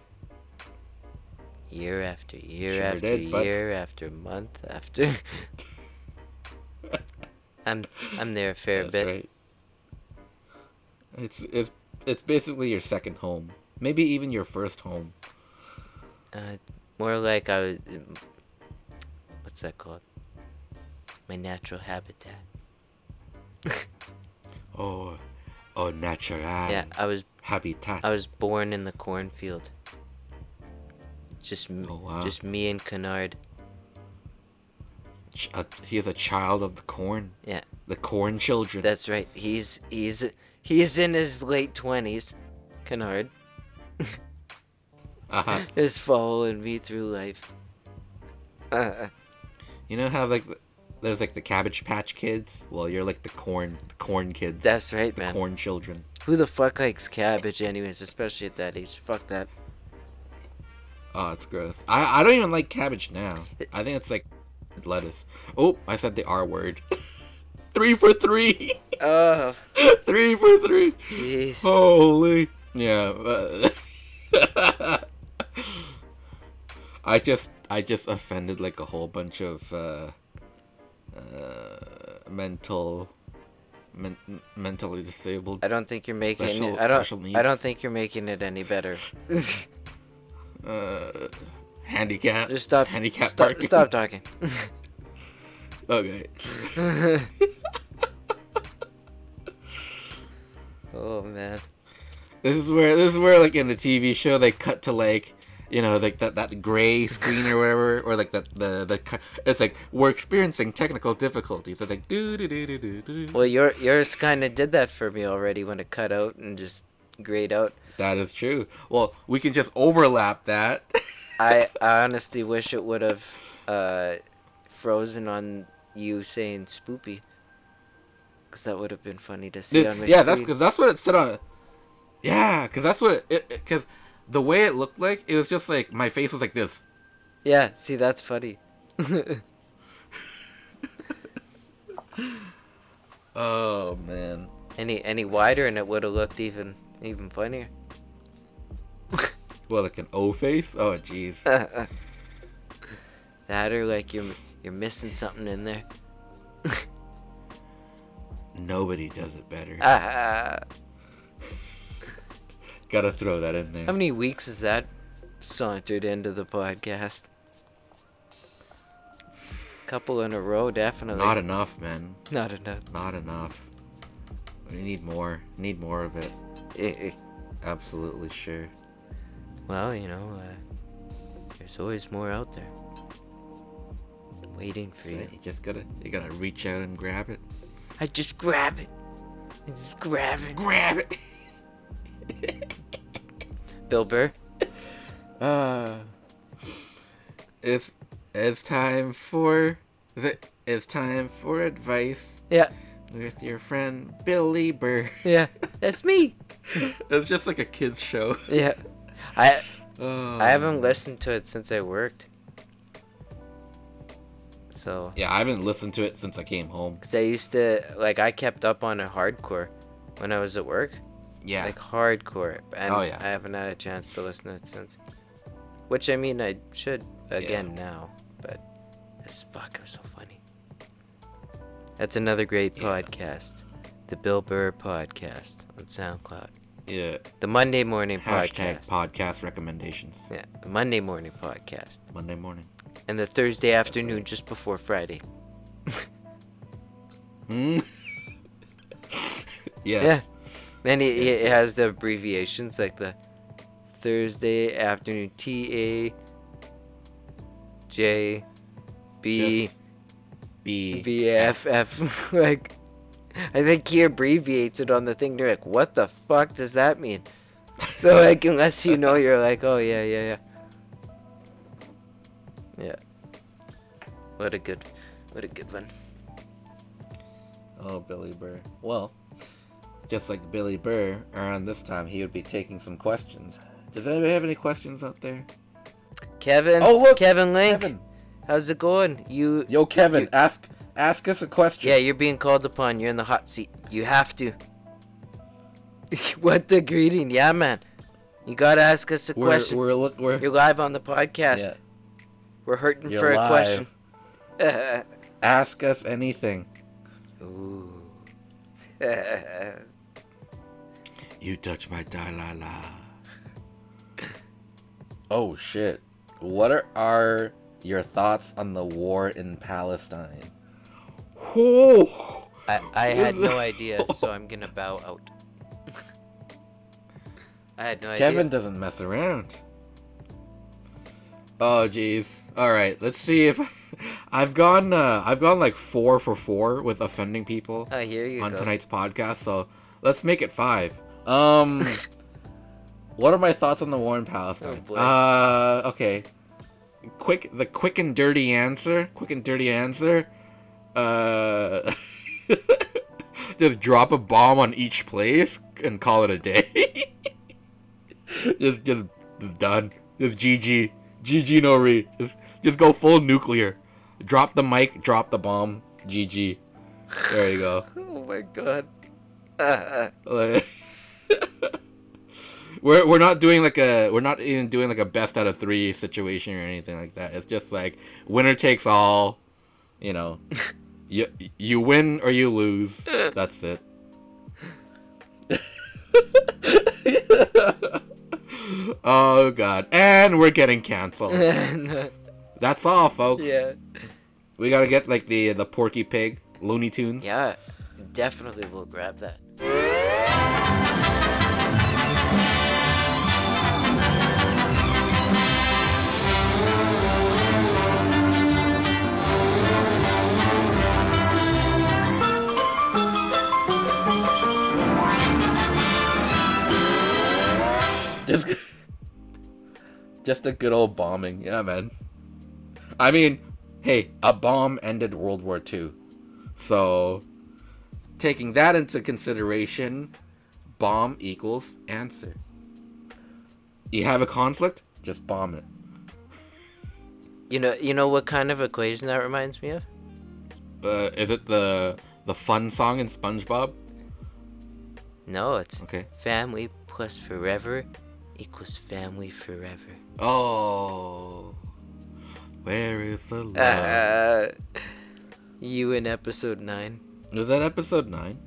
Year after year
Sure
after
did, bud.
year after month after. I'm I'm there a fair bit.
right. It's it's it's basically your second home, maybe even your first home.
Uh, more like I was. um, What's that called? My natural habitat.
Oh, oh, natural
yeah, I was
habitat.
I was born in the cornfield. Just m
Oh, wow.
just me and Kennard.
Ch- a- he is a child of the corn,
Yeah,
the corn children.
that's right. He's he's he's in his late twenties. Kennard
uh-huh.
is following me through life. Uh,
You know how like there's like the Cabbage Patch Kids. Well, you're like the corn, the corn kids.
that's right,
the
man.
corn children.
Who the fuck likes cabbage, anyways? Especially at that age. Fuck that.
Oh, it's gross. I, I don't even like cabbage now. I think it's like lettuce. Oh, I said the R word. three for three.
Oh,
three for three.
jeez.
Oh. Holy. Yeah. uh, I just I just offended like a whole bunch of uh, uh, mental men- mentally disabled.
I don't think you're making
Special-
it. I don't.
special
I
needs.
don't think you're making it any better.
Uh, handicap.
Just stop.
Handicap
stop,
parking.
stop talking.
Okay.
Oh man.
This is where this is where like in the TV show they cut to like you know like that that gray screen or whatever or like that the the cu- it's like we're experiencing technical difficulties. It's like do do do do do do.
Well, your yours kind of did that for me already when it cut out and just grayed out.
That is true. Well, we can just overlap that.
I, I honestly wish it would have uh, frozen on you saying spoopy. Because that would have been funny to see on my
yeah, that's
screen.
because that's what it said on it. Yeah, because that's what it because the way it looked like it was just like my face was like this.
Yeah, see, that's funny.
Oh man.
Any any wider and it would have looked even even funnier.
Well, like an O face. Oh jeez.
Uh, That or like you're you're missing something in there.
Nobody does it better.
Ah,
Gotta throw that in there.
how many weeks is that sauntered into the podcast? Couple in a row, definitely.
Not enough, man.
Not enough.
Not enough. We need more. Need more of it.
Eh, eh.
Absolutely sure.
Well, you know, uh, there's always more out there. Waiting for you.
Right? You just gotta you gotta reach out and grab it.
I just grab it. I just grab it.
Grab it.
Bill Burr.
Uh, it's it's time for is it- it's time for advice
Yeah,
with your friend Billy Burr.
yeah, that's me.
it's just like a kids show.
Yeah, I
Oh.
I haven't listened to it since I worked. So,
Yeah, I haven't listened to it since I came home.
cause I used to like I kept up on it hardcore when I was at work,
Yeah.
like hardcore. And
Oh, yeah.
I haven't had a chance to listen to it since. Which I mean, I should again now, but this fuck it was so funny. That's another great
Yeah.
podcast, the Bill Burr podcast on SoundCloud,
yeah.
the Monday morning
Hashtag
podcast.
podcast recommendations.
Yeah, the Monday morning podcast.
Monday morning.
and the Thursday afternoon just before Friday.
Mm. yes.
Then it, it has the abbreviations like the Thursday afternoon T A J B
Just B.
B F F.
E.
Like, I think he abbreviates it on the thing. They're like, what the fuck does that mean? So, like, unless you know, you're like, oh, yeah, yeah, yeah. Yeah. What a good, what a good one.
Oh, Billy Burr. Well, just like Billy Burr, around this time he would be taking some questions. Does anybody have any questions out there?
Kevin.
Oh, look,
Kevin Link.
Kevin.
How's it going? You.
Yo, Kevin,
You-
ask ask us a question.
Yeah, you're being called upon. You're in the hot seat. You have to. what the greeting? Yeah, man. You gotta ask us a
we're
question.
we're look we're
You're live on the podcast.
Yeah.
We're hurting
You're
for a
live.
question.
ask us anything.
You touch my Dalai Lama.
Oh shit. What are, are your thoughts on the war in Palestine?
Oh,
I, I had
Is
no
that-
idea, so I'm gonna bow out. I had no
Kevin
idea.
doesn't mess around.
oh, jeez. All right, let's see if I've gone. Uh, I've gone like four for four with offending people
I hear Oh, you.
on
go.
tonight's podcast. So let's make it five.
Um What are my thoughts on the war in
Oh,
Palestine?
boy.
Uh, okay. Quick, the quick and dirty answer. Quick and dirty answer. Uh, just drop a bomb on each place and call it a day. just, just, just done. Just GG. GG no re. Just, just go full nuclear. Drop the mic. Drop the bomb. GG. There you go.
Oh my god. Uh,
Like- we're we're not doing like a we're not even doing like a best out of three situation or anything like that. It's just like winner takes all. You know, you you win or you lose. That's it. oh god, and we're getting canceled.
uh.
That's all, folks.
yeah.
We gotta get like the the Porky Pig Looney Tunes.
Yeah, definitely we'll grab that.
Just, just a good old bombing. Yeah, man. I mean, hey, a bomb ended World War II. So, taking that into consideration, bomb equals answer. You have a conflict? Just bomb it.
You know, you know what kind of equation that reminds me of?
Uh, is it the the fun song in SpongeBob?
No, it's
Okay.
family plus forever equals family forever.
Oh, where is the love?
Uh, you in episode nine?
Is that episode nine?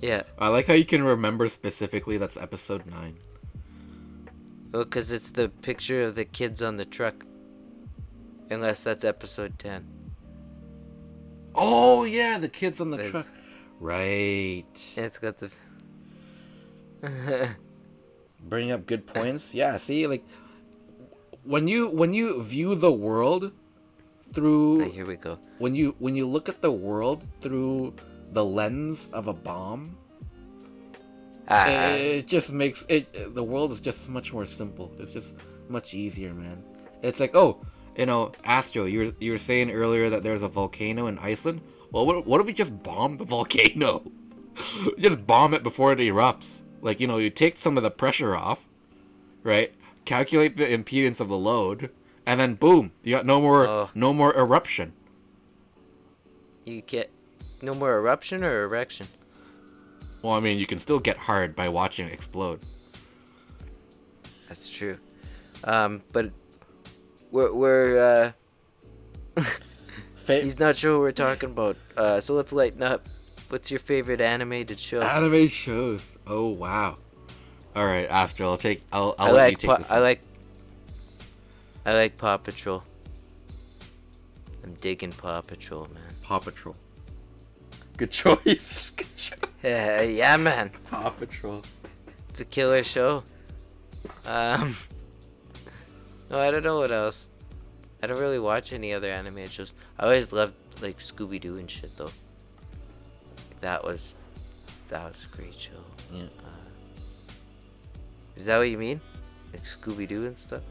Yeah,
I like how you can remember specifically that's episode nine.
well, cause it's the picture of the kids on the truck. Unless that's episode ten.
Oh yeah, the kids on the
It's-
truck. Right.
It's got the.
Bring up good points. Yeah, see like
Uh, When you when you view the world through
Oh, here we go.
when you when you look at the world through the lens of a bomb,
Ah.
It, it just makes it. The world is just much more simple. It's just much easier, man. It's like, oh, you know, Astro, you were you were saying earlier that there's a volcano in Iceland. Well, what what if we just bomb the volcano? just bomb it before it erupts. Like you know, you take some of the pressure off, right? Calculate the impedance of the load, and then boom, you got no more
Oh.
no more eruption.
You get no more eruption or erection.
Well, I mean, you can still get hard by watching it explode.
That's true. Um, but we're we're uh,
Fa-
he's not sure what we're talking about. Uh, so let's lighten up. What's your favorite animated show?
Anime shows. Oh wow. All right, Astro. I'll take. I'll. I'll
I
let
like
you take
Pa-
this.
I
one.
like I like Paw Patrol. I'm digging Paw Patrol, man.
Paw Patrol. Good choice. Good choice.
Yeah, yeah, man.
Paw Patrol.
It's a killer show. Um, no, I don't know what else. I don't really watch any other animated shows. I always loved like Scooby Doo and shit though. That was, that was a great show.
Yeah.
Uh, is that what you mean? Like Scooby Doo and stuff.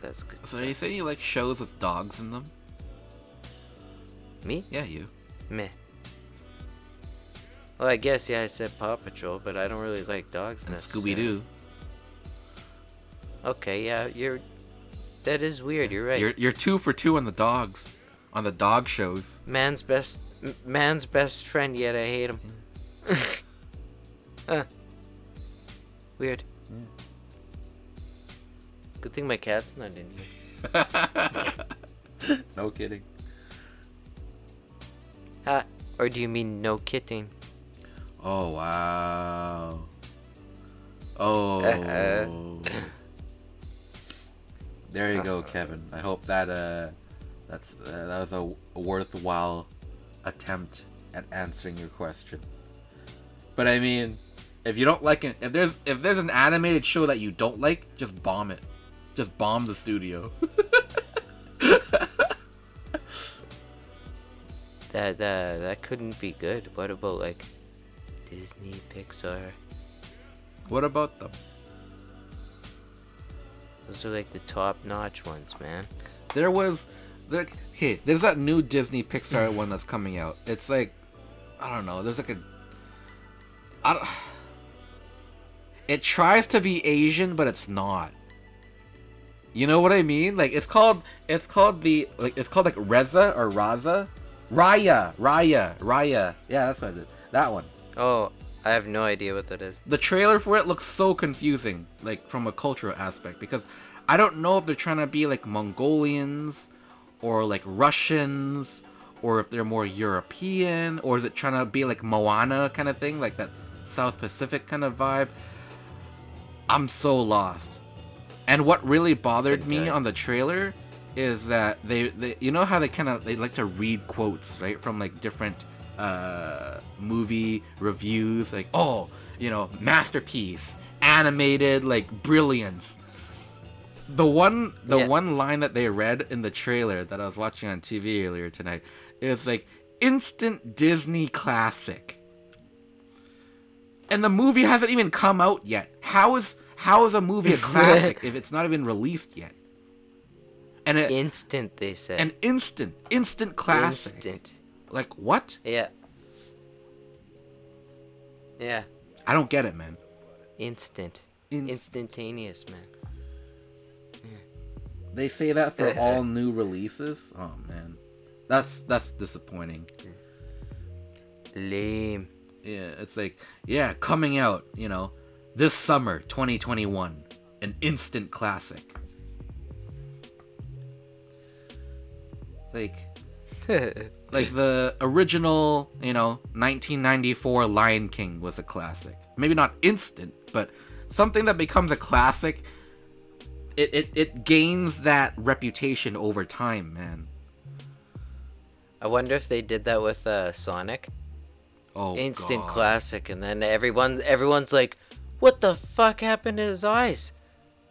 That's good.
So you say you like shows with dogs in them?
Me?
Yeah, you.
Meh. Well, I guess yeah, I said Paw Patrol, but I don't really like dogs.
And
necessarily.
Scooby Doo.
Okay, yeah, you're. That is weird. You're right.
You're you're two for two on the dogs, on the dog shows.
Man's best, m- man's best friend. Yet I hate him. Huh. Weird. Good thing my cat's not in here.
No kidding.
Ha. Or do you mean no kidding?
Oh wow. Oh.
There you go, Kevin. I hope that uh, that's uh, that was a worthwhile attempt at answering your question. But I mean, if you don't like it, if there's if there's an animated show that you don't like, just bomb it. Just bomb the studio.
That that that couldn't be good. What about like Disney, Pixar?
what about them?
Those are like the top-notch ones, man.
There was, there. Okay, there's that new Disney Pixar one that's coming out. It's like, I don't know. There's like a, I don't. It tries to be Asian, but it's not. You know what I mean? Like it's called it's called the like it's called like Reza or Raza, Raya, Raya, Raya. Yeah, that's what it is. That one.
Oh, I have no idea what that is.
The trailer for it looks so confusing, like from a cultural aspect, because I don't know if they're trying to be like Mongolians or like Russians or if they're more European or is it trying to be like Moana kind of thing, like that South Pacific kind of vibe. I'm so lost. And what really bothered me
Okay.
on the trailer is that they, they you know how they kind of they like to read quotes, right, from like different uh movie reviews like oh, you know, masterpiece, animated like brilliance. The one the
Yeah.
one line that they read in the trailer that I was watching on TV earlier tonight is like instant Disney classic and the movie hasn't even come out yet. How is how is a movie a classic if it's not even released yet? And it,
Instant, they said.
an instant, instant classic.
Instant.
Like what?
Yeah. Yeah.
I don't get it, man.
Instant.
Inst-
Instantaneous, man.
They say that for all new releases. Oh man, that's that's disappointing.
Lame.
Yeah, it's like yeah, coming out, you know, this summer, 2021, an instant classic. Like like the original, you know, 1994 Lion King was a classic. Maybe not instant, but something that becomes a classic, it it, it gains that reputation over time, man.
I wonder if they did that with uh, Sonic.
Oh,
Instant
God.
classic, and then everyone, everyone's like, "What the fuck happened to his eyes?"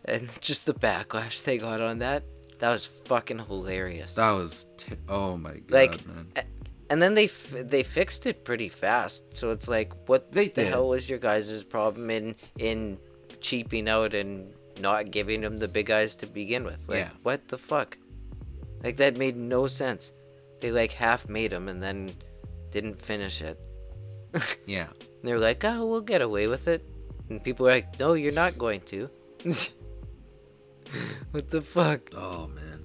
And just the backlash they got on that. That was fucking hilarious.
That was t- oh my god,
like
man.
a- And then they f- they fixed it pretty fast. So it's like, what
They
the
did.
hell was your guys' problem in in cheaping out and not giving them the big eyes to begin with? Like,
Yeah.
what the fuck? Like that made no sense. They like half made them and then didn't finish it.
Yeah.
And they were like, oh, we'll get away with it. And people were like, no, you're not going to. what the fuck?
Oh man,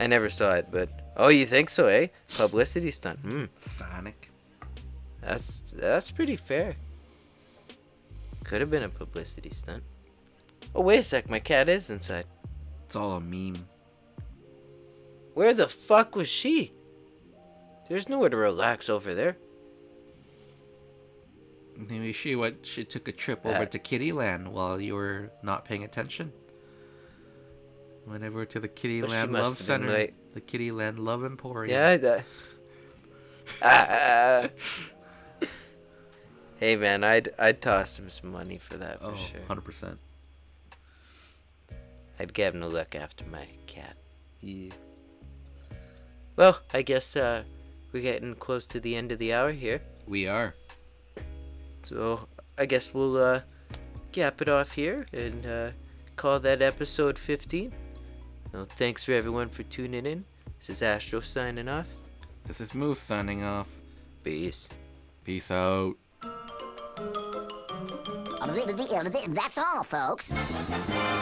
I never saw it, but oh, you think so, eh? Publicity stunt. Hmm.
Sonic.
That's that's pretty fair. Could have been a publicity stunt. Oh wait a sec, my cat is inside.
It's all a meme.
Where the fuck was she? There's nowhere to relax over there.
Maybe she went. She took a trip over
That-
to Kittyland while you were not paying attention. Went over to the Kittyland
must
Love
have been
Center,
late.
the Kittyland Love Emporium.
Yeah. That... Ah. hey man, I'd I'd toss him some money for that for
Oh,
sure.
100%.
I'd give him a look after my cat.
Yeah.
Well, I guess uh, we're getting close to the end of the hour here.
We are.
So I guess we'll uh, cap it off here and uh, call that episode 15. Well, thanks for everyone for tuning in. This is Astro signing off.
This is Moose signing off.
Peace.
Peace out.
That's all, folks.